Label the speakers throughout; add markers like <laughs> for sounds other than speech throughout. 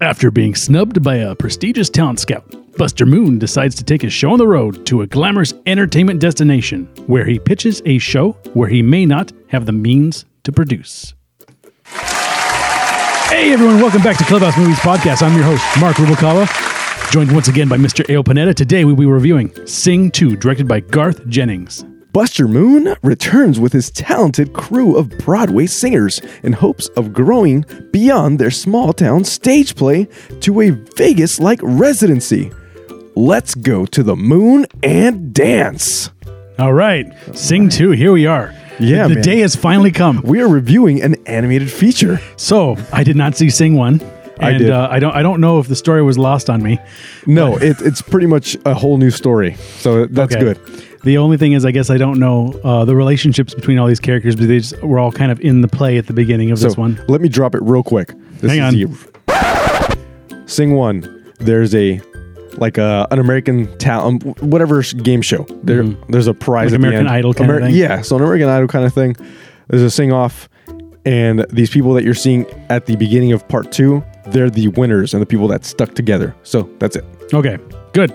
Speaker 1: After being snubbed by a prestigious talent scout, Buster Moon decides to take his show on the road to a glamorous entertainment destination where he pitches a show where he may not have the means to produce. Hey everyone, welcome back to Clubhouse Movies Podcast. I'm your host, Mark Rubalcava, joined once again by Mr. Ao Panetta. Today we'll be reviewing Sing 2, directed by Garth Jennings.
Speaker 2: Buster Moon returns with his talented crew of Broadway singers in hopes of growing beyond their small town stage play to a Vegas like residency. Let's go to the moon and dance.
Speaker 1: All right, Sing 2, here we are.
Speaker 2: Yeah,
Speaker 1: The
Speaker 2: man.
Speaker 1: day has finally come.
Speaker 2: We are reviewing an animated feature.
Speaker 1: So I did not see Sing One.
Speaker 2: I
Speaker 1: And
Speaker 2: did.
Speaker 1: Uh, I don't. I don't know if the story was lost on me.
Speaker 2: No, it, it's pretty much a whole new story. So that's
Speaker 1: Okay.
Speaker 2: good.
Speaker 1: The only thing is, I guess I don't know uh, the relationships between all these characters, but they just were all kind of in the play at the beginning of
Speaker 2: So
Speaker 1: this one.
Speaker 2: let me drop it real quick. This
Speaker 1: Hang
Speaker 2: the- sing one. There's a like a an American talent, whatever sh- game show. There, there's a prize.
Speaker 1: Hmm. Like
Speaker 2: at
Speaker 1: American
Speaker 2: the end.
Speaker 1: Idol kinda thing?
Speaker 2: Yeah, so an American Idol kind of thing. There's a sing off, and these people that you're seeing at the beginning of part two, they're the winners and the people that stuck together. So that's it.
Speaker 1: Okay, good.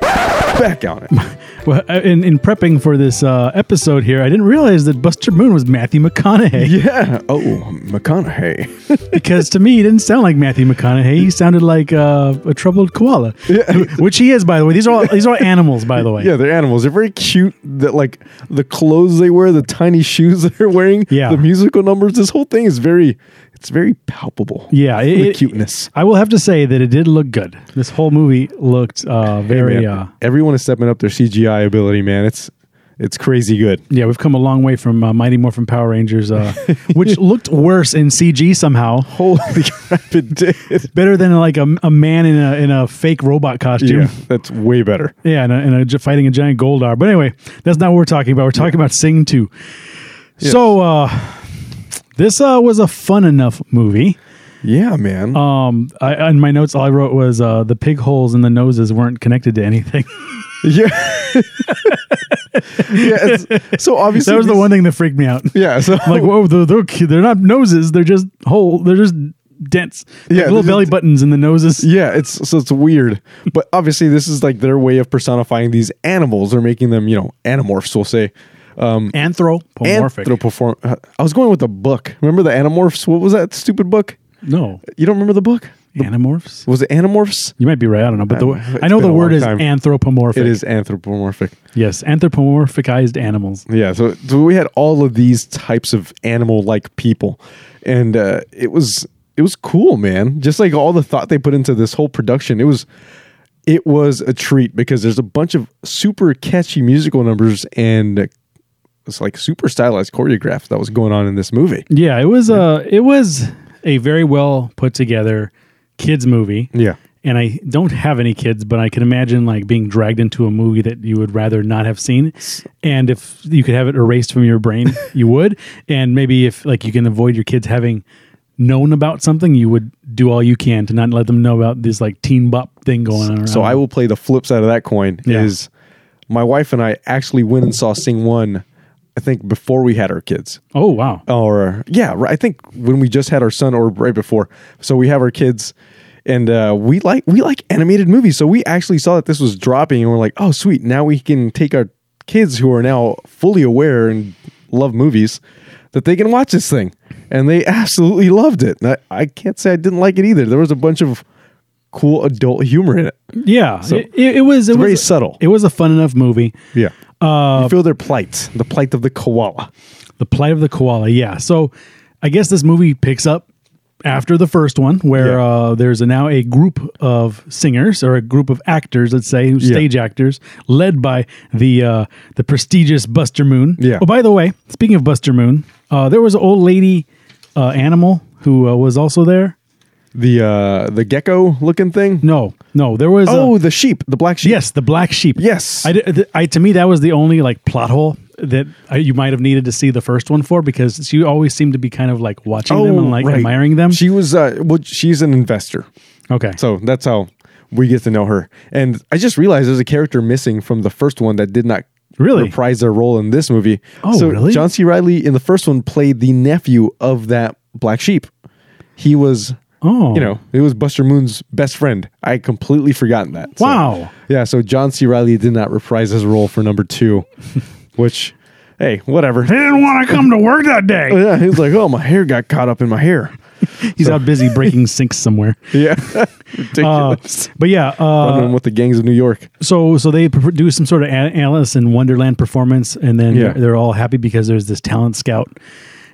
Speaker 2: Back on it. <laughs>
Speaker 1: Well, uh, in, in prepping for this uh, episode here, I didn't realize that Buster Moon was Matthew
Speaker 2: <laughs>
Speaker 1: McConaughey
Speaker 2: yeah. Oh, McConaughey.
Speaker 1: because to me he didn't sound like Matthew McConaughey. He sounded like uh, a troubled koala, <laughs> which he is, by the way. These are all these are all animals, by the way.
Speaker 2: <laughs> Yeah, they're animals. They're very cute. That like the clothes they wear, the tiny <laughs> shoes they're wearing,
Speaker 1: Yeah.
Speaker 2: the musical numbers. This whole thing is very, it's very palpable.
Speaker 1: Yeah, it-
Speaker 2: the
Speaker 1: it-
Speaker 2: cuteness.
Speaker 1: I will have to say that it did look good. This whole movie looked uh, very.
Speaker 2: Man,
Speaker 1: uh,
Speaker 2: everyone is stepping up their CGI ability, man. It's it's crazy good.
Speaker 1: yeah, we've come a long way from uh, Mighty Morphin Power Rangers, uh, which looked worse in CG somehow.
Speaker 2: Holy <laughs> crap! It did.
Speaker 1: Better than like a, a man in a in a fake robot costume.
Speaker 2: Yeah, that's way better.
Speaker 1: Yeah, and, a, and a gi- fighting a giant Goldar. But anyway, that's not what we're talking about. We're talking about Sing 2. So, uh, this uh, was a fun enough movie.
Speaker 2: Yeah, man.
Speaker 1: Um, I, in my notes, all I wrote was uh, the pig holes in the noses weren't connected to anything. <laughs>
Speaker 2: yeah. <laughs> yeah. It's, so obviously
Speaker 1: that was the
Speaker 2: these-
Speaker 1: one thing that freaked me out.
Speaker 2: Yeah.
Speaker 1: <laughs>
Speaker 2: So
Speaker 1: I'm like, whoa, they're, they're, cu- they're not noses. They're just whole. They're just dents. Like
Speaker 2: Yeah,
Speaker 1: little
Speaker 2: this is-
Speaker 1: belly buttons in the noses.
Speaker 2: Yeah, it's so it's weird. But obviously, this is like their way of personifying these animals or making them, you know, anamorphs. We'll say Mm.
Speaker 1: Anthropomorphic.
Speaker 2: Anthropoform- uh, I was going with the book. Remember the Animorphs? What was that stupid book?
Speaker 1: no,
Speaker 2: You don't remember the book?
Speaker 1: anamorphs.
Speaker 2: Was it Animorphs?
Speaker 1: You might be right. I don't know, but the,
Speaker 2: Um, it's
Speaker 1: I know
Speaker 2: been
Speaker 1: the
Speaker 2: a
Speaker 1: word
Speaker 2: long
Speaker 1: is
Speaker 2: time.
Speaker 1: anthropomorphic.
Speaker 2: It is anthropomorphic.
Speaker 1: yes, anthropomorphicized animals.
Speaker 2: Yeah, so, so we had all of these types of animal-like people, and uh, it was it was cool, man. Just like all the thought they put into this whole production, it was it was a treat because there's a bunch of super catchy musical numbers and uh, it's like super stylized choreograph that was going on in this movie.
Speaker 1: Yeah, it was a it was a very well put together kids movie.
Speaker 2: Yeah,
Speaker 1: And I don't have any kids, but I can imagine like being dragged into a movie that you would rather not have seen. And if you could have it erased from your
Speaker 2: <laughs>
Speaker 1: brain, you would. And maybe if like you can avoid your kids having known about something, you would do all you can to not let them know about this like teen bop thing going on. Around.
Speaker 2: So I will play the flip side of that coin
Speaker 1: Yeah.
Speaker 2: is my wife and I actually went and saw Sing One, I think before we had our kids.
Speaker 1: oh wow,
Speaker 2: Uh, or yeah, right- I think when we just had our son or right before. So we have our kids and uh, we like we like animated movies. So we actually saw that this was dropping and we're like, "Oh, sweet. Now we can take our kids who are now fully aware and love movies that they can watch this thing." And they absolutely loved it. And I, I can't say I didn't like it either. There was a bunch of cool adult humor in it.
Speaker 1: yeah. it, it, it was it was
Speaker 2: very subtle.
Speaker 1: It was a fun enough movie.
Speaker 2: Yeah. Uh, you feel their plight, the plight of the koala.
Speaker 1: The plight of the koala. Yeah. So I guess this movie picks up after the first one, where
Speaker 2: Yeah.
Speaker 1: uh, there's a, now a group of singers or a group of actors, let's say, who stage actors, led by the uh, the prestigious Buster Moon.
Speaker 2: Yeah.
Speaker 1: Oh, by the way, speaking of Buster Moon, uh, there was an old lady uh, animal who uh, was also there.
Speaker 2: The uh, the gecko looking thing.
Speaker 1: No, no, there was. a-
Speaker 2: Oh, the sheep, the black sheep.
Speaker 1: Yes, the black sheep.
Speaker 2: Yes.
Speaker 1: I, di- th- I to me that was the only like plot hole that I, you might have needed to see the first one for because she always seemed to be kind of like watching them and like
Speaker 2: Oh, right.
Speaker 1: admiring them.
Speaker 2: She was uh, well, she's an investor,
Speaker 1: okay.
Speaker 2: so that's how we get to know her. And I just realized there's a character missing from the first one that did not
Speaker 1: Really?
Speaker 2: reprise their role in this movie.
Speaker 1: Oh,
Speaker 2: so
Speaker 1: really?
Speaker 2: John C. Riley in the first one played the nephew of that black sheep. He was
Speaker 1: Oh.
Speaker 2: You know, it was Buster Moon's best friend. I had completely forgotten that. So-
Speaker 1: Wow.
Speaker 2: yeah, so John C. Riley did not reprise his role for number two, <laughs> which, hey, whatever. <laughs>
Speaker 1: He didn't want to come to work that day.
Speaker 2: Yeah, he's like, oh, my hair got caught up in my hair.
Speaker 1: He's out busy breaking
Speaker 2: <laughs>
Speaker 1: sinks somewhere.
Speaker 2: Yeah,
Speaker 1: Uh,
Speaker 2: ridiculous.
Speaker 1: but yeah, uh,
Speaker 2: Running with the gangs of New York.
Speaker 1: so so they pr- do some sort of An- Alice in Wonderland performance, and then
Speaker 2: Yeah.
Speaker 1: they're all happy because there's this talent scout,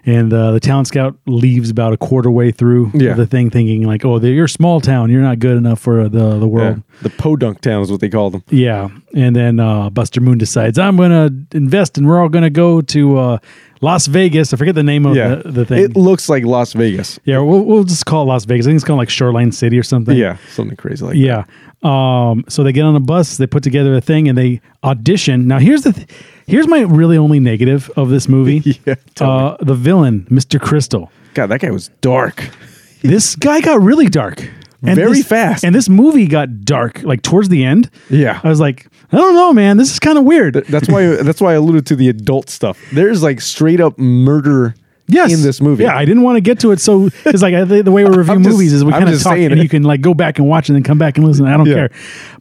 Speaker 1: and uh, the talent scout leaves about a quarter way through
Speaker 2: Yeah.
Speaker 1: the thing, thinking like, "Oh, they're, you're a small town. You're not good enough for uh, the the
Speaker 2: Yeah.
Speaker 1: world."
Speaker 2: The podunk town is what they call them.
Speaker 1: Yeah, and then uh, Buster Moon decides I'm going to invest, and we're all going to go to uh, Las Vegas. I forget the name of
Speaker 2: Yeah,
Speaker 1: the, the thing.
Speaker 2: It looks like Las Vegas.
Speaker 1: yeah, we'll, we'll just call it Las Vegas. I think it's called like Shoreline City or something.
Speaker 2: Yeah, something crazy like
Speaker 1: Yeah. Um, so they get on a bus, they put together a thing, and they audition. Now here's the th- here's my really only negative of this movie.
Speaker 2: <laughs> Yeah, tell
Speaker 1: uh, the villain, Mr. Crystal.
Speaker 2: that. God, that guy was dark.
Speaker 1: This guy got really dark.
Speaker 2: Very
Speaker 1: this-
Speaker 2: fast.
Speaker 1: And this movie got dark like towards the end.
Speaker 2: Yeah.
Speaker 1: I was like, I don't know, man. This is kind of weird.
Speaker 2: That's why. that's why I alluded to the adult stuff. There's like straight up murder.
Speaker 1: yes.
Speaker 2: in this movie.
Speaker 1: Yeah, I didn't want to get to it. So it's like I think the way we review
Speaker 2: <laughs> I'm just-
Speaker 1: movies is we
Speaker 2: I'm
Speaker 1: kind of
Speaker 2: just
Speaker 1: talk
Speaker 2: saying
Speaker 1: and
Speaker 2: it.
Speaker 1: you can like go back and watch and then come back and listen. I don't
Speaker 2: Yeah.
Speaker 1: care.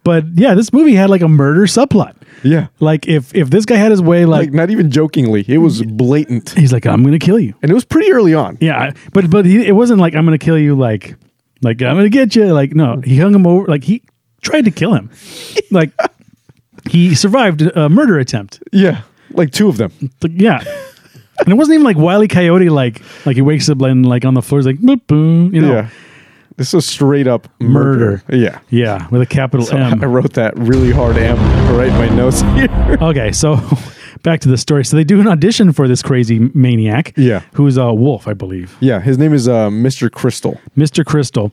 Speaker 1: But yeah, this movie had like a murder subplot.
Speaker 2: Yeah.
Speaker 1: Like if if this guy had his way, like,
Speaker 2: Like not even jokingly, it was blatant,
Speaker 1: he's like, I'm gonna kill you.
Speaker 2: and it was pretty early on.
Speaker 1: Yeah, I- but but he, it wasn't like I'm gonna kill you. Like like I'm gonna get you. Like no, he hung him over. Like he tried to kill
Speaker 2: <laughs>
Speaker 1: him. like he survived a murder attempt.
Speaker 2: Yeah, like two of them.
Speaker 1: Like, yeah. And it wasn't even like Wiley Coyote, like like he wakes up and like on the floor, he's like boop boom, you know,
Speaker 2: Yeah, this was straight up murder.
Speaker 1: Murder.
Speaker 2: Yeah,
Speaker 1: yeah, with a capital M.
Speaker 2: <laughs> I wrote that really hard M right in my <laughs> notes here.
Speaker 1: Okay, so <laughs> back to the story. So they do an audition for this crazy maniac.
Speaker 2: Yeah.
Speaker 1: Who's a wolf, I believe.
Speaker 2: yeah, his name is uh, Mr. Crystal.
Speaker 1: Mr. Crystal.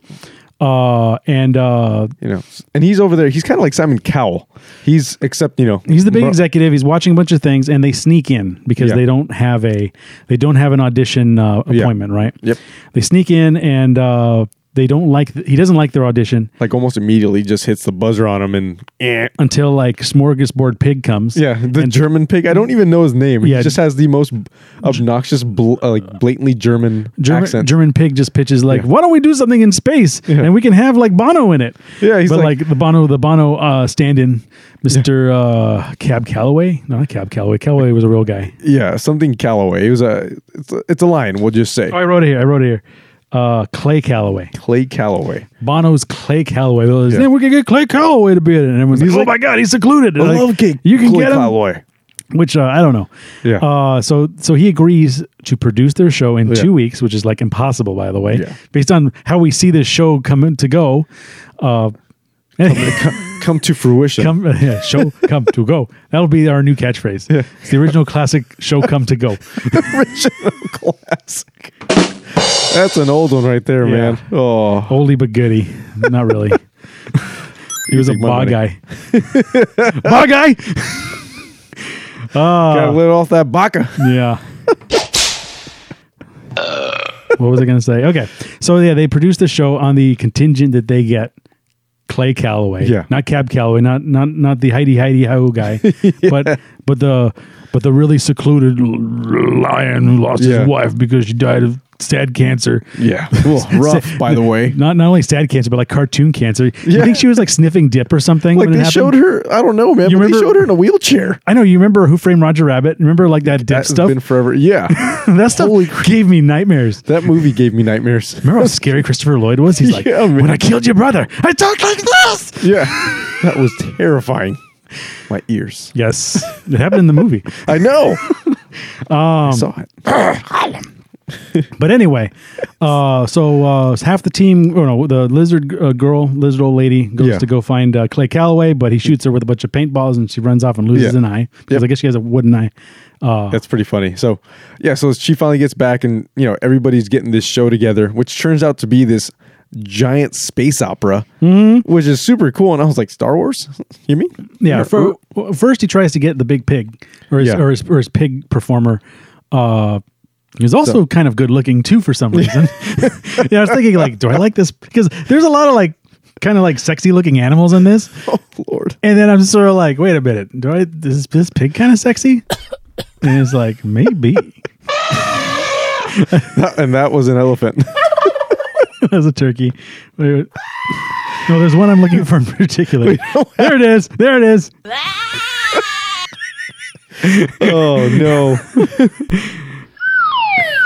Speaker 1: Uh, and uh,
Speaker 2: You know, and he's over there. He's kind of like Simon Cowell. He's except you know
Speaker 1: he's the big
Speaker 2: mo-
Speaker 1: executive. He's watching a bunch of things, and they sneak in because
Speaker 2: Yeah.
Speaker 1: they don't have a they don't have an audition uh,
Speaker 2: Yeah.
Speaker 1: appointment, right?
Speaker 2: Yep.
Speaker 1: They sneak in, and uh, they don't like he doesn't like their audition
Speaker 2: Like almost immediately, just hits the buzzer on him and eh.
Speaker 1: until like smorgasbord pig comes.
Speaker 2: yeah, the
Speaker 1: And-
Speaker 2: German pig. I don't even know his name.
Speaker 1: Yeah.
Speaker 2: he just has the most obnoxious, bl- uh, like blatantly German,
Speaker 1: German,
Speaker 2: accent.
Speaker 1: German pig just pitches like,
Speaker 2: Yeah.
Speaker 1: why don't we do something in space and we can have like Bono in it?
Speaker 2: Yeah, he's
Speaker 1: but like,
Speaker 2: like-
Speaker 1: the Bono, the Bono uh, stand-in, Mister uh, Cab Calloway. No, not Cab Calloway. Calloway was a real guy.
Speaker 2: yeah, something Calloway. It was a it's, a it's a lion. We'll just say
Speaker 1: Oh, I wrote it here. I wrote it here. Uh, Clay Calloway,
Speaker 2: Clay Calloway.
Speaker 1: Bono's Clay Calloway. They're like,
Speaker 2: Yeah.
Speaker 1: "Man, we can get Clay Calloway to be in it, and everyone's like,
Speaker 2: He's
Speaker 1: "Oh
Speaker 2: like,
Speaker 1: my god, he's secluded." Like, You can
Speaker 2: Clay
Speaker 1: get him,
Speaker 2: Calloway.
Speaker 1: which uh, I don't know.
Speaker 2: Yeah.
Speaker 1: Uh, so so he agrees to produce their show in
Speaker 2: Yeah.
Speaker 1: two weeks, which is like impossible, by the way,
Speaker 2: Yeah.
Speaker 1: based on how we see this show come to go. Uh,
Speaker 2: come, <laughs> come to fruition.
Speaker 1: come <laughs> yeah, show come to go. That'll be our new catchphrase. It's the original classic show come to go.
Speaker 2: original classic. That's an old one right there,
Speaker 1: Yeah.
Speaker 2: man. Oh,
Speaker 1: Oldie but goodie. Not
Speaker 2: <laughs>
Speaker 1: really. He was a
Speaker 2: take my
Speaker 1: bog guy.
Speaker 2: money.
Speaker 1: bog guy. Uh,
Speaker 2: gotta let off that baka.
Speaker 1: Yeah. what was I going to say? Okay. So, yeah, they produce the show on the contingent that they get Clay Calloway.
Speaker 2: Yeah.
Speaker 1: Not Cab Calloway, not not not the Heidi Heidi Ho guy,
Speaker 2: <laughs>
Speaker 1: but but the but the really secluded l- lion who lost
Speaker 2: Yeah.
Speaker 1: his wife because she died of sad cancer.
Speaker 2: <laughs> Yeah, Ugh, rough. by the <laughs> way,
Speaker 1: Not not only sad cancer, but like cartoon cancer. You
Speaker 2: Yeah.
Speaker 1: think she was like sniffing dip or something?
Speaker 2: like
Speaker 1: when it
Speaker 2: they
Speaker 1: happened?
Speaker 2: showed her. I don't know, man.
Speaker 1: You
Speaker 2: but
Speaker 1: remember-
Speaker 2: they showed her in a <laughs> wheelchair.
Speaker 1: I know you remember Who Framed Roger Rabbit. Remember like that dip
Speaker 2: That's
Speaker 1: stuff.
Speaker 2: been forever. Yeah,
Speaker 1: <laughs> that stuff
Speaker 2: Holy
Speaker 1: gave me nightmares.
Speaker 2: <laughs> that movie gave me nightmares.
Speaker 1: Remember how scary Christopher Lloyd was? He's like,
Speaker 2: Yeah, man.
Speaker 1: when I killed your brother, I talked like this.
Speaker 2: <laughs> Yeah, <laughs> that was terrifying. My ears.
Speaker 1: Yes, <laughs> it happened in the movie.
Speaker 2: I <laughs> know. Um, I saw it.
Speaker 1: But anyway, uh, so uh, half the team, or no, the lizard uh, girl, lizard old lady, goes
Speaker 2: Yeah.
Speaker 1: to go find uh, Clay Calloway, but he shoots her with a bunch of paintballs, and she runs off and loses
Speaker 2: Yeah.
Speaker 1: an eye because
Speaker 2: Yep.
Speaker 1: I guess she has a wooden eye. Uh,
Speaker 2: That's pretty funny. So, yeah, so she finally gets back, and you know everybody's getting this show together, which turns out to be this giant space opera, which is super cool. And I was like, Star Wars? You mean?
Speaker 1: yeah. fir- well, first, he tries to get the big pig, or his,
Speaker 2: Yeah.
Speaker 1: or his, or his pig performer. Uh, He's also kind of good looking too for some
Speaker 2: <laughs>
Speaker 1: reason. <laughs> yeah, I was thinking like, do I like this? Because there's a lot of like, kind of like sexy looking animals in this.
Speaker 2: oh <laughs> Lord,
Speaker 1: And then I'm sort of like, wait a minute, do I is this pig kind of sexy? And it's like, maybe. <laughs>
Speaker 2: and that was an elephant.
Speaker 1: that was a turkey. Wait, wait. No, there's one I'm looking for in particular. There it is. There it is.
Speaker 2: Oh no! <laughs>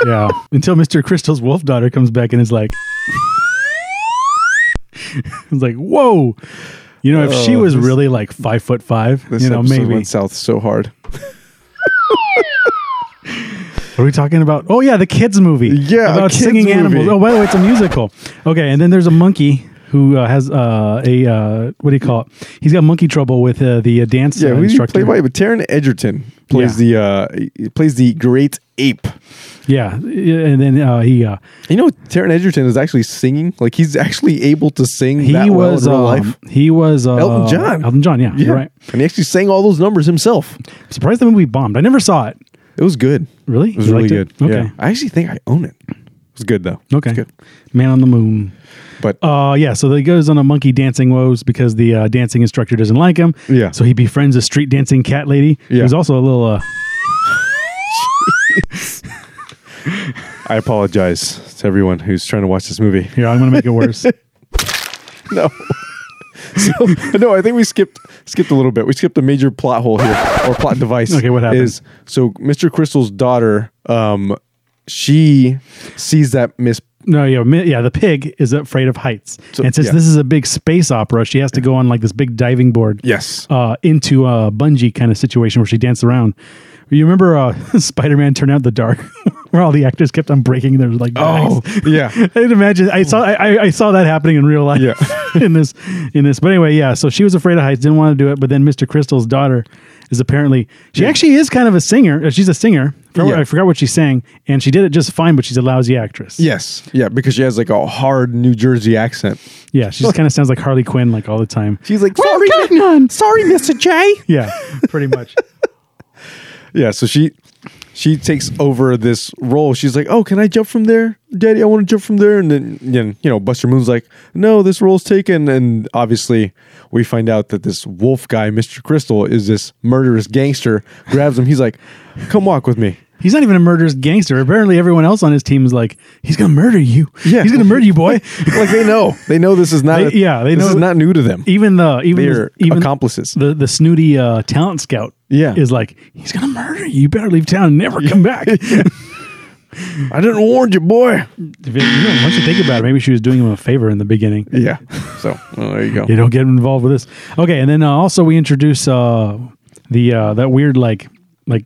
Speaker 1: Yeah. Until Mr. Crystal's wolf daughter comes back and is like, <laughs> it's like, whoa. You know, if she
Speaker 2: Oh,
Speaker 1: was
Speaker 2: this-
Speaker 1: really like five foot five,
Speaker 2: This
Speaker 1: you know,
Speaker 2: episode
Speaker 1: maybe.
Speaker 2: went south so hard.
Speaker 1: Are we talking about? Oh yeah, the kids movie.
Speaker 2: Yeah, a
Speaker 1: about
Speaker 2: kids
Speaker 1: singing
Speaker 2: movie.
Speaker 1: animals. Oh, by the way, it's a musical. Okay, and then there's a monkey who uh, has uh, a uh, what do you call it? He's got monkey trouble with uh, the uh, dance
Speaker 2: Yeah,
Speaker 1: uh,
Speaker 2: we
Speaker 1: instructor.
Speaker 2: played by but Taron Edgerton plays the uh he plays the great ape.
Speaker 1: yeah, and then uh, he uh,
Speaker 2: You know, Taron Edgerton is actually singing. Like he's actually able to sing.
Speaker 1: he
Speaker 2: that well in
Speaker 1: was
Speaker 2: real
Speaker 1: um,
Speaker 2: life.
Speaker 1: he was uh,
Speaker 2: Elton John.
Speaker 1: Elton John, yeah,
Speaker 2: Yeah,
Speaker 1: you're right.
Speaker 2: and he actually sang all those numbers himself.
Speaker 1: I'm surprised the movie bombed. I never saw it.
Speaker 2: It was good.
Speaker 1: Really?
Speaker 2: It was
Speaker 1: You
Speaker 2: really
Speaker 1: liked
Speaker 2: good.
Speaker 1: it? Okay.
Speaker 2: Yeah. I actually think I own it. It was good though. It
Speaker 1: Okay,
Speaker 2: was good.
Speaker 1: Man on the Moon.
Speaker 2: But
Speaker 1: Uh, yeah, so he goes on a monkey dancing woes because the uh, dancing instructor doesn't like him.
Speaker 2: Yeah.
Speaker 1: So he befriends a street dancing cat lady
Speaker 2: Yeah.
Speaker 1: who's also a little. Uh,
Speaker 2: I apologize to everyone who's trying to watch this movie.
Speaker 1: here, I'm going to make it
Speaker 2: <laughs>
Speaker 1: worse.
Speaker 2: No. so, no, I think we skipped skipped a little bit. We skipped a major plot hole here or plot device.
Speaker 1: Okay, what happened?
Speaker 2: Is so Mr. Crystal's daughter, um, she sees that Miss
Speaker 1: No, yeah, mi- yeah. The pig is afraid of heights,
Speaker 2: So-
Speaker 1: and since
Speaker 2: yeah.
Speaker 1: this is a big space opera, she has to go on like this big diving board.
Speaker 2: Yes.
Speaker 1: uh, into a bungee kind of situation where she danced around. You remember uh, <laughs> Spider-Man: Turn Out the Dark, <laughs> where all the actors kept on breaking their like
Speaker 2: Oh,
Speaker 1: backs.
Speaker 2: yeah.
Speaker 1: <laughs> I didn't imagine. I saw. I, I- I saw that happening in real life.
Speaker 2: Yeah.
Speaker 1: <laughs> in this, in this. But anyway, yeah. So she was afraid of heights, didn't want to do it. But then Mr. Crystal's daughter is apparently she actually is kind of a singer. Uh, She's a singer. I forgot-
Speaker 2: Yeah.
Speaker 1: I forgot what she sang, and she did it just fine. But she's a lousy actress.
Speaker 2: Yes. Yeah, because she has like a hard New Jersey accent.
Speaker 1: Yeah, she just kind of sounds like Harley Quinn, like all the time.
Speaker 2: She's like, sorry, <laughs> Mi- sorry, Mr. J.
Speaker 1: Yeah, pretty much.
Speaker 2: Yeah, so she she takes over this role. She's like, "Oh, can I jump from there, Daddy? I want to jump from there." And then you know, Buster Moon's like, "No, this role's taken." And obviously, we find out that this wolf guy, Mister Crystal, is this murderous gangster. Grabs him. He's like, "Come walk with me."
Speaker 1: He's not even a murderous gangster. Apparently, everyone else on his team is like, he's gonna murder you.
Speaker 2: Yeah.
Speaker 1: he's gonna murder you,
Speaker 2: <laughs>
Speaker 1: boy.
Speaker 2: Like they know, they know this is not.
Speaker 1: They- yeah, they
Speaker 2: this
Speaker 1: know-
Speaker 2: is not new to them.
Speaker 1: even the even
Speaker 2: They're
Speaker 1: even
Speaker 2: accomplices.
Speaker 1: the the snooty uh, talent scout.
Speaker 2: Yeah.
Speaker 1: is like he's gonna murder you. You better leave town and never come
Speaker 2: <laughs>
Speaker 1: back.
Speaker 2: I didn't warn you, boy.
Speaker 1: <laughs> If it- you know, once you think about it, maybe she was doing him a favor in the beginning.
Speaker 2: Yeah. So well, there you go.
Speaker 1: You don't get involved with this. Okay, and then uh, also we introduce uh, the uh, that weird like like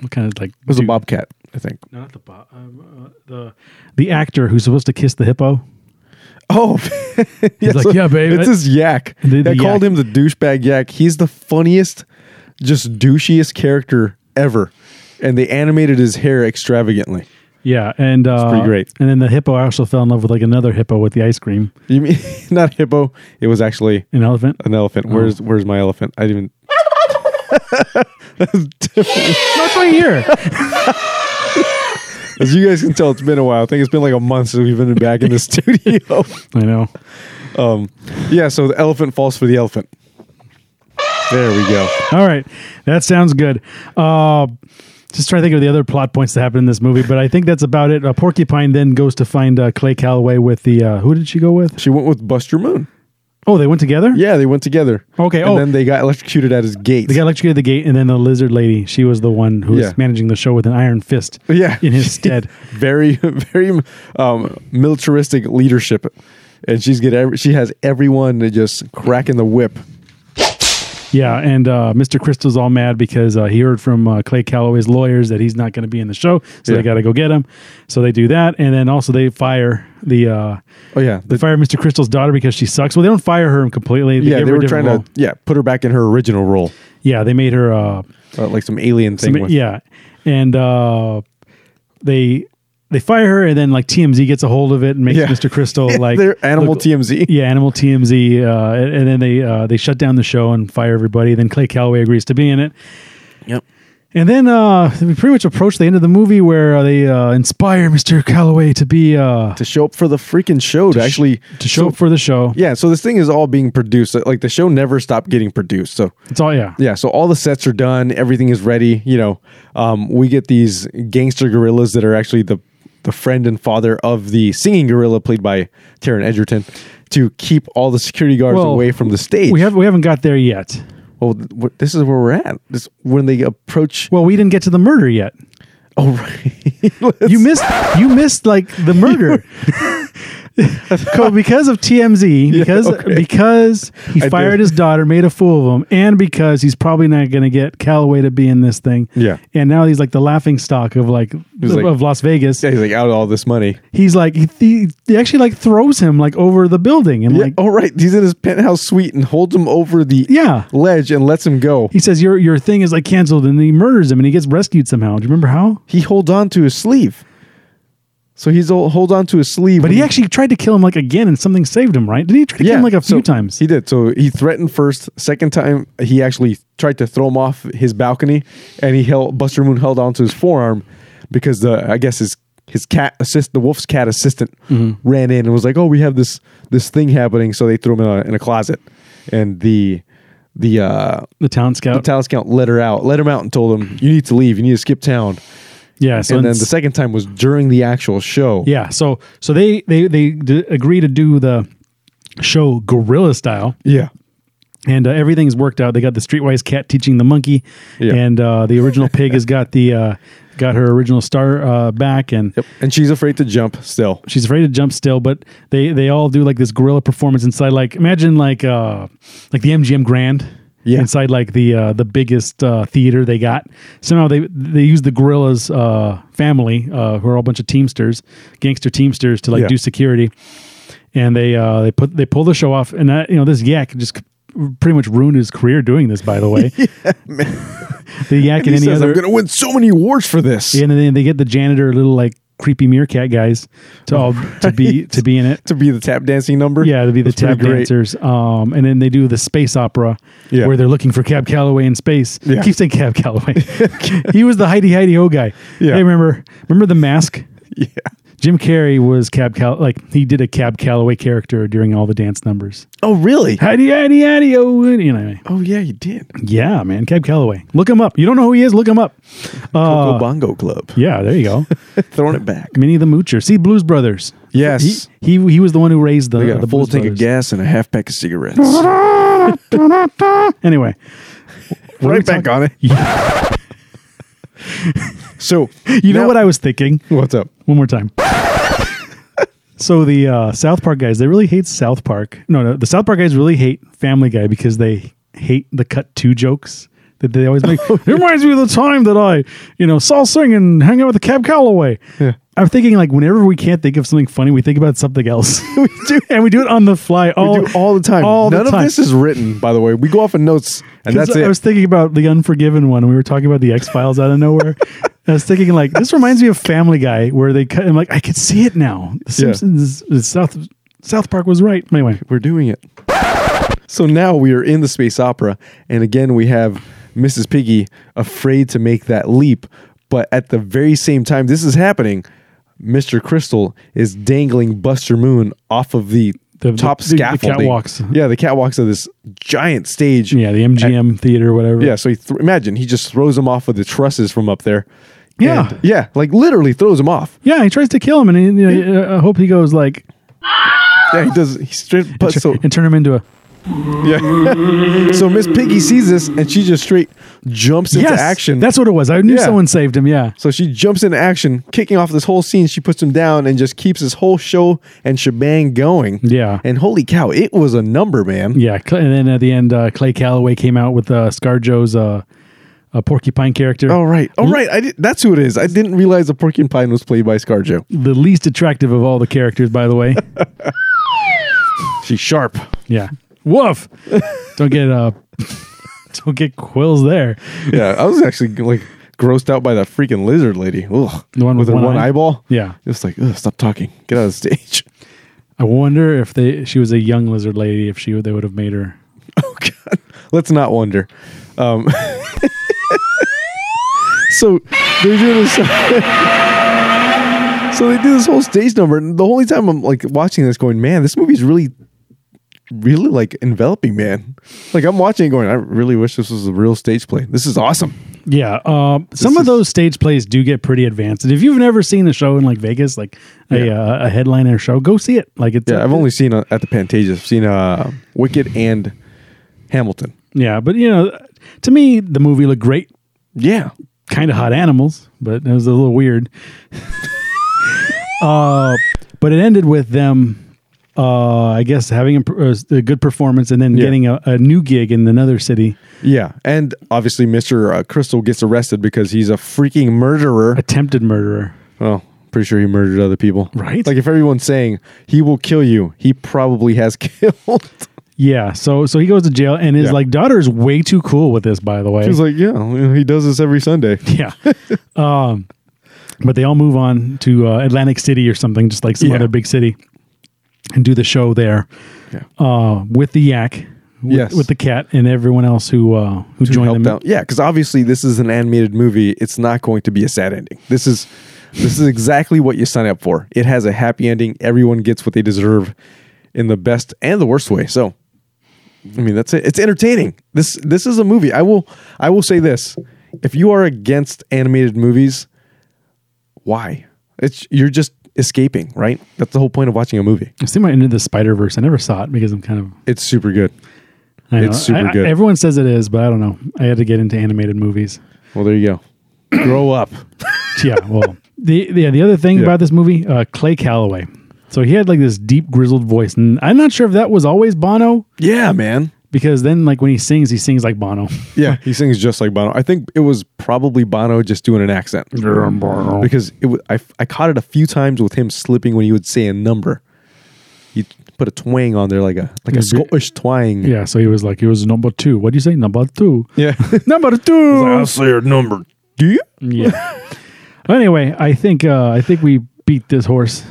Speaker 1: what kind of like
Speaker 2: It was a bobcat, I think.
Speaker 1: no, not the bo- um, uh, the the actor who's supposed to kiss the hippo.
Speaker 2: Oh, <laughs> he's
Speaker 1: like, "Yeah, babe,
Speaker 2: It's
Speaker 1: I-
Speaker 2: his yak.
Speaker 1: The- the
Speaker 2: I called
Speaker 1: yak.
Speaker 2: him the douchebag yak. He's the funniest, just douchiest character ever. And they animated his hair extravagantly.
Speaker 1: Yeah, and uh,
Speaker 2: pretty great.
Speaker 1: And then the hippo also fell in love with like another hippo with the ice cream,
Speaker 2: You mean <laughs> not hippo? It was actually
Speaker 1: an
Speaker 2: <laughs>
Speaker 1: elephant.
Speaker 2: an elephant. Where's Where's my elephant? I didn't.
Speaker 1: That's right here.
Speaker 2: As you guys can tell, it's been a while. I think it's been like a month since we've been back in the <laughs> studio.
Speaker 1: I know.
Speaker 2: Um, yeah. So the elephant falls for the elephant. There we go.
Speaker 1: All right, that sounds good. Uh, just trying to think of the other plot points that happen in this movie, but I think that's about it. Uh, Porcupine then goes to find uh, Clay Calloway with the uh, who did she go with?
Speaker 2: She went with Buster Moon.
Speaker 1: Oh, they went together.
Speaker 2: Yeah, they went together.
Speaker 1: Okay,
Speaker 2: And
Speaker 1: oh.
Speaker 2: then they got electrocuted at his gate.
Speaker 1: They got electrocuted at the gate, and then the lizard lady. She was the one who was
Speaker 2: Yeah.
Speaker 1: managing the show with an iron fist.
Speaker 2: yeah
Speaker 1: in
Speaker 2: <laughs>
Speaker 1: his stead.
Speaker 2: very very um militaristic leadership and she's get every, she has everyone to just cracking the whip
Speaker 1: Yeah, and uh, Mr. Crystal's all mad because uh, he heard from uh, Clay Calloway's lawyers that he's not going to be in the show, so
Speaker 2: Yeah.
Speaker 1: they got to go get him. So they do that, and then also they fire the uh,
Speaker 2: oh yeah
Speaker 1: they fire Mr. Crystal's daughter because she sucks. Well, they don't fire her completely. They
Speaker 2: yeah
Speaker 1: give
Speaker 2: they
Speaker 1: her a
Speaker 2: were
Speaker 1: different
Speaker 2: trying
Speaker 1: role.
Speaker 2: to yeah put her back in her original role
Speaker 1: Yeah, they made her. Uh,
Speaker 2: uh, like some alien thing
Speaker 1: some-
Speaker 2: with-
Speaker 1: yeah, and uh, they they fire her, and then like TMZ gets a hold of it and makes
Speaker 2: Yeah.
Speaker 1: Mr. Crystal like
Speaker 2: <laughs> They're animal
Speaker 1: look-
Speaker 2: tmz
Speaker 1: <laughs> Yeah, Animal TMZ, uh, and, and then they uh, they shut down the show and fire everybody. Then Clay Calloway agrees to be in it.
Speaker 2: Yep.
Speaker 1: And then uh, we pretty much approach the end of the movie where uh, they uh, inspire Mr. Calloway to be uh,
Speaker 2: to show up for the freaking show to, actually
Speaker 1: to show
Speaker 2: so-
Speaker 1: up for the show.
Speaker 2: yeah so this thing is all being produced like the show never stopped getting produced so
Speaker 1: It's all yeah.
Speaker 2: yeah so all the sets are done everything is ready you know um, we get these gangster gorillas that are actually the the friend and father of the singing gorilla played by Taron Edgerton, to keep all the security guards
Speaker 1: Well,
Speaker 2: away from the stage.
Speaker 1: We have we haven't got there yet.
Speaker 2: well, th- w- this is where we're at. This when they approach.
Speaker 1: Well, we didn't get to the murder yet.
Speaker 2: Oh <laughs> right,
Speaker 1: You missed you missed like the murder. <laughs> Co- because of
Speaker 2: <laughs>
Speaker 1: TMZ, because
Speaker 2: okay.
Speaker 1: because he
Speaker 2: I
Speaker 1: fired
Speaker 2: did.
Speaker 1: his daughter, made a fool of him, and because he's probably not going to get Callaway to be in this thing.
Speaker 2: Yeah.
Speaker 1: and now he's like the laughing stock of like,
Speaker 2: He's like-
Speaker 1: of Las Vegas.
Speaker 2: Yeah, he's like out all this money.
Speaker 1: He's like he, he, he actually like throws him like over the building and
Speaker 2: Yeah.
Speaker 1: like
Speaker 2: oh right, he's in his penthouse suite and holds him over the
Speaker 1: Yeah.
Speaker 2: ledge and lets him go.
Speaker 1: he says your your thing is like canceled and he murders him and he gets rescued somehow. Do you remember how?
Speaker 2: He holds on to his sleeve. So he's all- hold on to his sleeve.
Speaker 1: But
Speaker 2: when
Speaker 1: he actually tried to kill him like again and something saved him, right? Did he try to kill him like a few
Speaker 2: so
Speaker 1: times?
Speaker 2: He did. So he threatened first. Second time, he actually tried to throw him off his balcony, and he held Buster Moon held onto his forearm because the I guess his his cat assist the wolf's cat assistant
Speaker 1: Mm-hmm.
Speaker 2: ran in and was like, "Oh, we have this this thing happening." So they threw him in a, in a closet, and the the uh,
Speaker 1: the town
Speaker 2: the
Speaker 1: scout.
Speaker 2: town scout let her out, let him out, and told him, "You need to leave. You need to skip town."
Speaker 1: yeah. So
Speaker 2: and then
Speaker 1: it's-
Speaker 2: the second time was during the actual show.
Speaker 1: Yeah. So so they they they d- agree to do the show gorilla style,
Speaker 2: Yeah.
Speaker 1: and uh, everything's worked out. They got the streetwise cat teaching the monkey,
Speaker 2: Yeah.
Speaker 1: and uh, the original pig has got the uh, got her original star uh, back, and
Speaker 2: Yep. And she's afraid to jump still.
Speaker 1: she's afraid to jump still. But they they all do like this gorilla performance inside. Like imagine like uh like the MGM Grand.
Speaker 2: Yeah.
Speaker 1: Inside like the uh, the biggest uh, theater they got. Somehow they they use the gorillas uh, family, uh, who are all a bunch of teamsters, gangster teamsters, to like
Speaker 2: Yeah.
Speaker 1: do security. and they uh, they put they pull the show off, and that, you know this yak just pretty much ruined his career doing this. By the
Speaker 2: <laughs>
Speaker 1: way, the yak and,
Speaker 2: And <laughs> he
Speaker 1: any
Speaker 2: says,
Speaker 1: other,
Speaker 2: I'm going to win so many awards for this.
Speaker 1: and then they get the janitor, little like creepy meerkat guys, to
Speaker 2: <laughs>
Speaker 1: all to be to be in it.
Speaker 2: To be the tap dancing number.
Speaker 1: Yeah, to be the
Speaker 2: That's pretty
Speaker 1: tap
Speaker 2: great.
Speaker 1: dancers, um, and then they do the space opera
Speaker 2: Yeah.
Speaker 1: where they're looking for Cab Calloway in space.
Speaker 2: Yeah.
Speaker 1: Keep saying Cab Calloway. <laughs> he was the Heidi Heidi Ho guy.
Speaker 2: Yeah.
Speaker 1: Hey, remember remember the mask?
Speaker 2: <laughs> Yeah.
Speaker 1: Jim Carrey was Cab Cal like he did a Cab Calloway character during all the dance numbers.
Speaker 2: Oh, really?
Speaker 1: Howdy, howdy, howdy, oh, and, you know,
Speaker 2: Oh, yeah, you did.
Speaker 1: yeah, man, Cab Calloway. Look him up. You don't know who he is? Look him up.
Speaker 2: Coco
Speaker 1: Uh,
Speaker 2: Bongo Club.
Speaker 1: yeah, there you go.
Speaker 2: <laughs> Throwing it back.
Speaker 1: Minnie the Moocher. See Blues Brothers.
Speaker 2: Yes.
Speaker 1: he he, he was the one who raised the,
Speaker 2: I got
Speaker 1: the
Speaker 2: a full
Speaker 1: Blues
Speaker 2: tank of
Speaker 1: Brothers.
Speaker 2: gas and a half pack
Speaker 1: <laughs>
Speaker 2: of cigarettes.
Speaker 1: Anyway, What are we
Speaker 2: <laughs> right back
Speaker 1: talking-
Speaker 2: on it. so,
Speaker 1: <laughs> you know what I was thinking.
Speaker 2: What's up?
Speaker 1: One more time. <laughs> so the uh, South Park guys, they really hate South Park. No, no, the South Park guys really hate Family Guy because they hate the cut two jokes that they always
Speaker 2: <laughs> Oh,
Speaker 1: make. it reminds me of the time that I, you know, saw Sing and hang out with the Cab Calloway.
Speaker 2: Yeah.
Speaker 1: I'm thinking like whenever we can't think of something funny, we think about something
Speaker 2: <laughs>
Speaker 1: else. we do, <laughs> and we do it on the fly all,
Speaker 2: we do all the time.
Speaker 1: all the
Speaker 2: None
Speaker 1: time.
Speaker 2: of this is written, by the way. We go off of notes, and
Speaker 1: 'Cause
Speaker 2: that's
Speaker 1: I
Speaker 2: it.
Speaker 1: was thinking about the Unforgiven one. We were talking about the X Files out of
Speaker 2: <laughs>
Speaker 1: nowhere. And I was thinking like this reminds me of Family Guy, where they cut. I'm like, I could see it now. The
Speaker 2: Yeah.
Speaker 1: Simpsons, the South South Park was right. Anyway,
Speaker 2: We're doing it. So now we are in the space opera, and again we have Mrs. Piggy afraid to make that leap, but at the very same time this is happening, Mr. Crystal is dangling Buster Moon off of the,
Speaker 1: The-
Speaker 2: top
Speaker 1: the- the
Speaker 2: scaffolding.
Speaker 1: catwalks.
Speaker 2: Yeah, the catwalks of this giant stage.
Speaker 1: yeah, the MGM theater, whatever.
Speaker 2: Yeah, so he th- imagine he just throws him off of the trusses from up there.
Speaker 1: Yeah.
Speaker 2: And- yeah, like literally throws him off.
Speaker 1: yeah. He tries to kill him, and he, you know, I hope he goes like
Speaker 2: Yeah, he does. He straight. But so
Speaker 1: and turn him into a.
Speaker 2: yeah. <laughs> so Miss Piggy sees this and she just straight jumps into
Speaker 1: Yes,
Speaker 2: action.
Speaker 1: That's what it was. I knew
Speaker 2: Yeah.
Speaker 1: someone saved him. Yeah.
Speaker 2: So she jumps into action, kicking off this whole scene. She puts him down and just keeps this whole show and shebang going.
Speaker 1: Yeah.
Speaker 2: And holy cow, it was a number, man.
Speaker 1: Yeah, Cl- and then at the end, uh, Clay Calloway came out with uh, ScarJo's uh, a porcupine character.
Speaker 2: Oh right,
Speaker 1: Mm.
Speaker 2: oh right. I did, that's who it is. I didn't realize the porcupine was played by ScarJo.
Speaker 1: the least attractive of all the characters, by the
Speaker 2: <laughs>
Speaker 1: way.
Speaker 2: She's sharp.
Speaker 1: Yeah. Woof. don't get uh <laughs> don't get quills there.
Speaker 2: Yeah, I was actually like grossed out by that freaking lizard lady. Ugh,
Speaker 1: The one with
Speaker 2: her
Speaker 1: one
Speaker 2: one
Speaker 1: eye?
Speaker 2: eyeball.
Speaker 1: Yeah.
Speaker 2: just like Ugh, stop talking, get out of the stage.
Speaker 1: I wonder if they she was a young lizard lady if she would they would have made her.
Speaker 2: <laughs> Oh God! Let's not wonder. Um, <laughs> so they do this. <laughs> so they do this whole stage number, and the only time I'm like watching this, going, "Man, this movie's really, really like enveloping, man." Like I'm watching, it going, "I really wish this was a real stage play. This is awesome."
Speaker 1: Yeah, uh, some of those stage plays do get pretty advanced. And if you've never seen a show in like Vegas, like a, uh, a headline in a show, go see it. Like it's
Speaker 2: Yeah, I've only seen uh, at the Pantages. I've seen uh, Wicked and Hamilton.
Speaker 1: yeah, but you know, to me, the movie looked great.
Speaker 2: Yeah,
Speaker 1: Kind of hot animals, but it was a little
Speaker 2: <laughs>
Speaker 1: weird. uh, but it ended with them. Uh, I guess having a, per- a good performance and then
Speaker 2: Yeah.
Speaker 1: getting a, a new gig in another city,
Speaker 2: yeah, and obviously Mister uh, Crystal gets arrested because he's a freaking murderer.
Speaker 1: attempted murderer.
Speaker 2: Well, pretty sure he murdered other people,
Speaker 1: Right?
Speaker 2: Like if everyone's saying he will kill you, he probably has <laughs> killed.
Speaker 1: Yeah, so so he goes to jail, and his
Speaker 2: Yeah.
Speaker 1: like daughter is way too cool with this. By the way,
Speaker 2: He's like, yeah, he does this every Sunday.
Speaker 1: yeah. <laughs> um, but they all move on to uh, Atlantic City or something, just like some
Speaker 2: Yeah.
Speaker 1: other big city, and do the show there
Speaker 2: Yeah.
Speaker 1: uh, with the yak, with,
Speaker 2: Yes.
Speaker 1: with the cat, and everyone else who uh, who joined
Speaker 2: helped
Speaker 1: them.
Speaker 2: out. Yeah, because obviously this is an animated movie. It's not going to be a sad ending. This is this is exactly what you sign up for. It has a happy ending. Everyone gets what they deserve in the best and the worst way. So I mean that's it. It's entertaining. This this is a movie. I will I will say this. If you are against animated movies, why? It's you're just escaping, right? That's the whole point of watching a movie.
Speaker 1: I see my end of the Spider Verse. I never saw it because I'm kind of.
Speaker 2: It's super good.
Speaker 1: I
Speaker 2: It's
Speaker 1: know. I-
Speaker 2: super
Speaker 1: I-
Speaker 2: good.
Speaker 1: everyone says it is, but I don't know. I had to get into animated movies.
Speaker 2: Well, there <coughs> you go. Grow up.
Speaker 1: yeah. Well, <laughs> the, the the other thing
Speaker 2: Yeah.
Speaker 1: about this movie, uh, Clay Calloway. So he had like this deep grizzled voice, and I'm not sure if that was always Bono
Speaker 2: Yeah, man.
Speaker 1: because then like when he sings, he sings like Bono.
Speaker 2: <laughs> Yeah, he sings just like Bono. I think it was probably Bono just doing an accent.
Speaker 1: Bono.
Speaker 2: Because it wa- I, I caught it a few times with him slipping when he would say a number. He put a twang on there like a like
Speaker 1: Yeah,
Speaker 2: a Scottish twang.
Speaker 1: Yeah. So he was like, he was number two. What do you say, number two?
Speaker 2: <laughs> Yeah.
Speaker 1: number two.
Speaker 2: say a number. Do you?
Speaker 1: yeah. <laughs> anyway, I think uh, I think we beat this horse.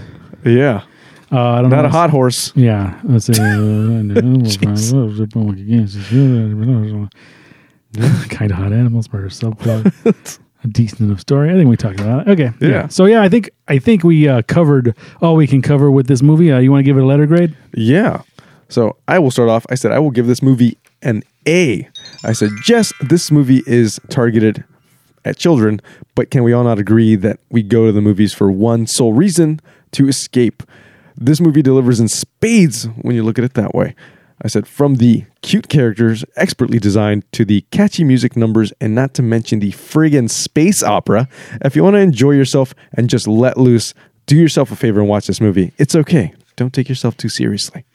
Speaker 2: Yeah.
Speaker 1: Uh, I don't
Speaker 2: Not
Speaker 1: know.
Speaker 2: a hot horse.
Speaker 1: Yeah. uh, Let's
Speaker 2: <laughs>
Speaker 1: see. kind <laughs> of hot animals murder
Speaker 2: <laughs>
Speaker 1: subplot. A decent enough story. I think we talked about it. Okay.
Speaker 2: Yeah.
Speaker 1: So yeah, I think I think we uh, covered all we can cover with this movie. Uh, you want to give it a letter grade?
Speaker 2: Yeah. So I will start off. I said I will give this movie an A. I said, yes, this movie is targeted at children, but can we all not agree that we go to the movies for one sole reason to escape? This movie delivers in spades when you look at it that way. I said, from the cute characters, expertly designed, to the catchy music numbers, and not to mention the friggin' space opera. If you want to enjoy yourself and just let loose, do yourself a favor and watch this movie. It's okay. Don't take yourself too seriously. <laughs>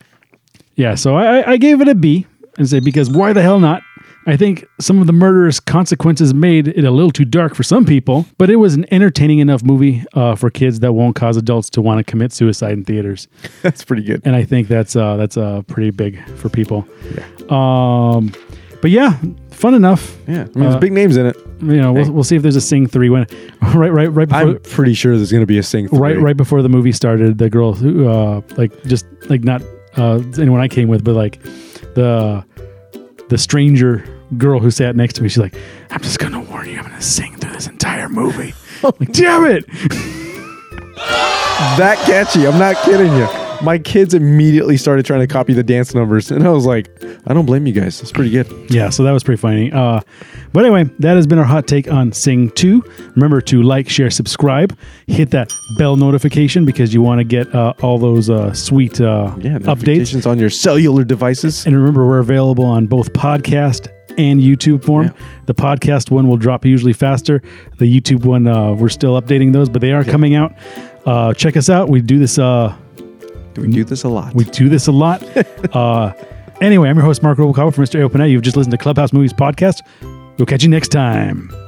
Speaker 1: Yeah, so I, I gave it a B and say because why the hell not? I think some of the murderous consequences made it a little too dark for some people, but it was an entertaining enough movie uh, for kids that won't cause adults to want to commit suicide in theaters.
Speaker 2: That's pretty good.
Speaker 1: And I think that's uh, that's uh, pretty big for people. Um, but yeah, fun enough. Uh,
Speaker 2: Yeah, I mean, there's big names in it.
Speaker 1: You know, we'll, we'll see if there's a Sing three when <laughs> right right right before
Speaker 2: I'm pretty sure there's going to be a sing.
Speaker 1: right
Speaker 2: three.
Speaker 1: right before the movie started the girl who uh like just like not uh anyone i came with but like the the stranger girl who sat next to me she's like i'm just gonna warn you i'm gonna sing through this entire
Speaker 2: <laughs>
Speaker 1: movie like damn it
Speaker 2: that catchy. I'm not kidding you. My kids immediately started trying to copy the dance numbers, and I was like, I don't blame you guys. It's pretty good.
Speaker 1: yeah so that was pretty funny uh but anyway that has been our hot take on sing 2 remember to like share subscribe hit that bell notification because you want to get uh, all those uh sweet uh updates
Speaker 2: notifications on your cellular devices.
Speaker 1: And remember, we're available on both podcast and YouTube form. The podcast one will drop usually faster. The YouTube one, uh, we're still updating those, but they are coming out. Uh, check us out. We do this. Uh,
Speaker 2: Do we do this a lot?
Speaker 1: we do this a lot. uh, anyway, I'm your host, Mark Robocop from Mr. Aopanay. You've just listened to Clubhouse Movies Podcast. We'll catch you next time.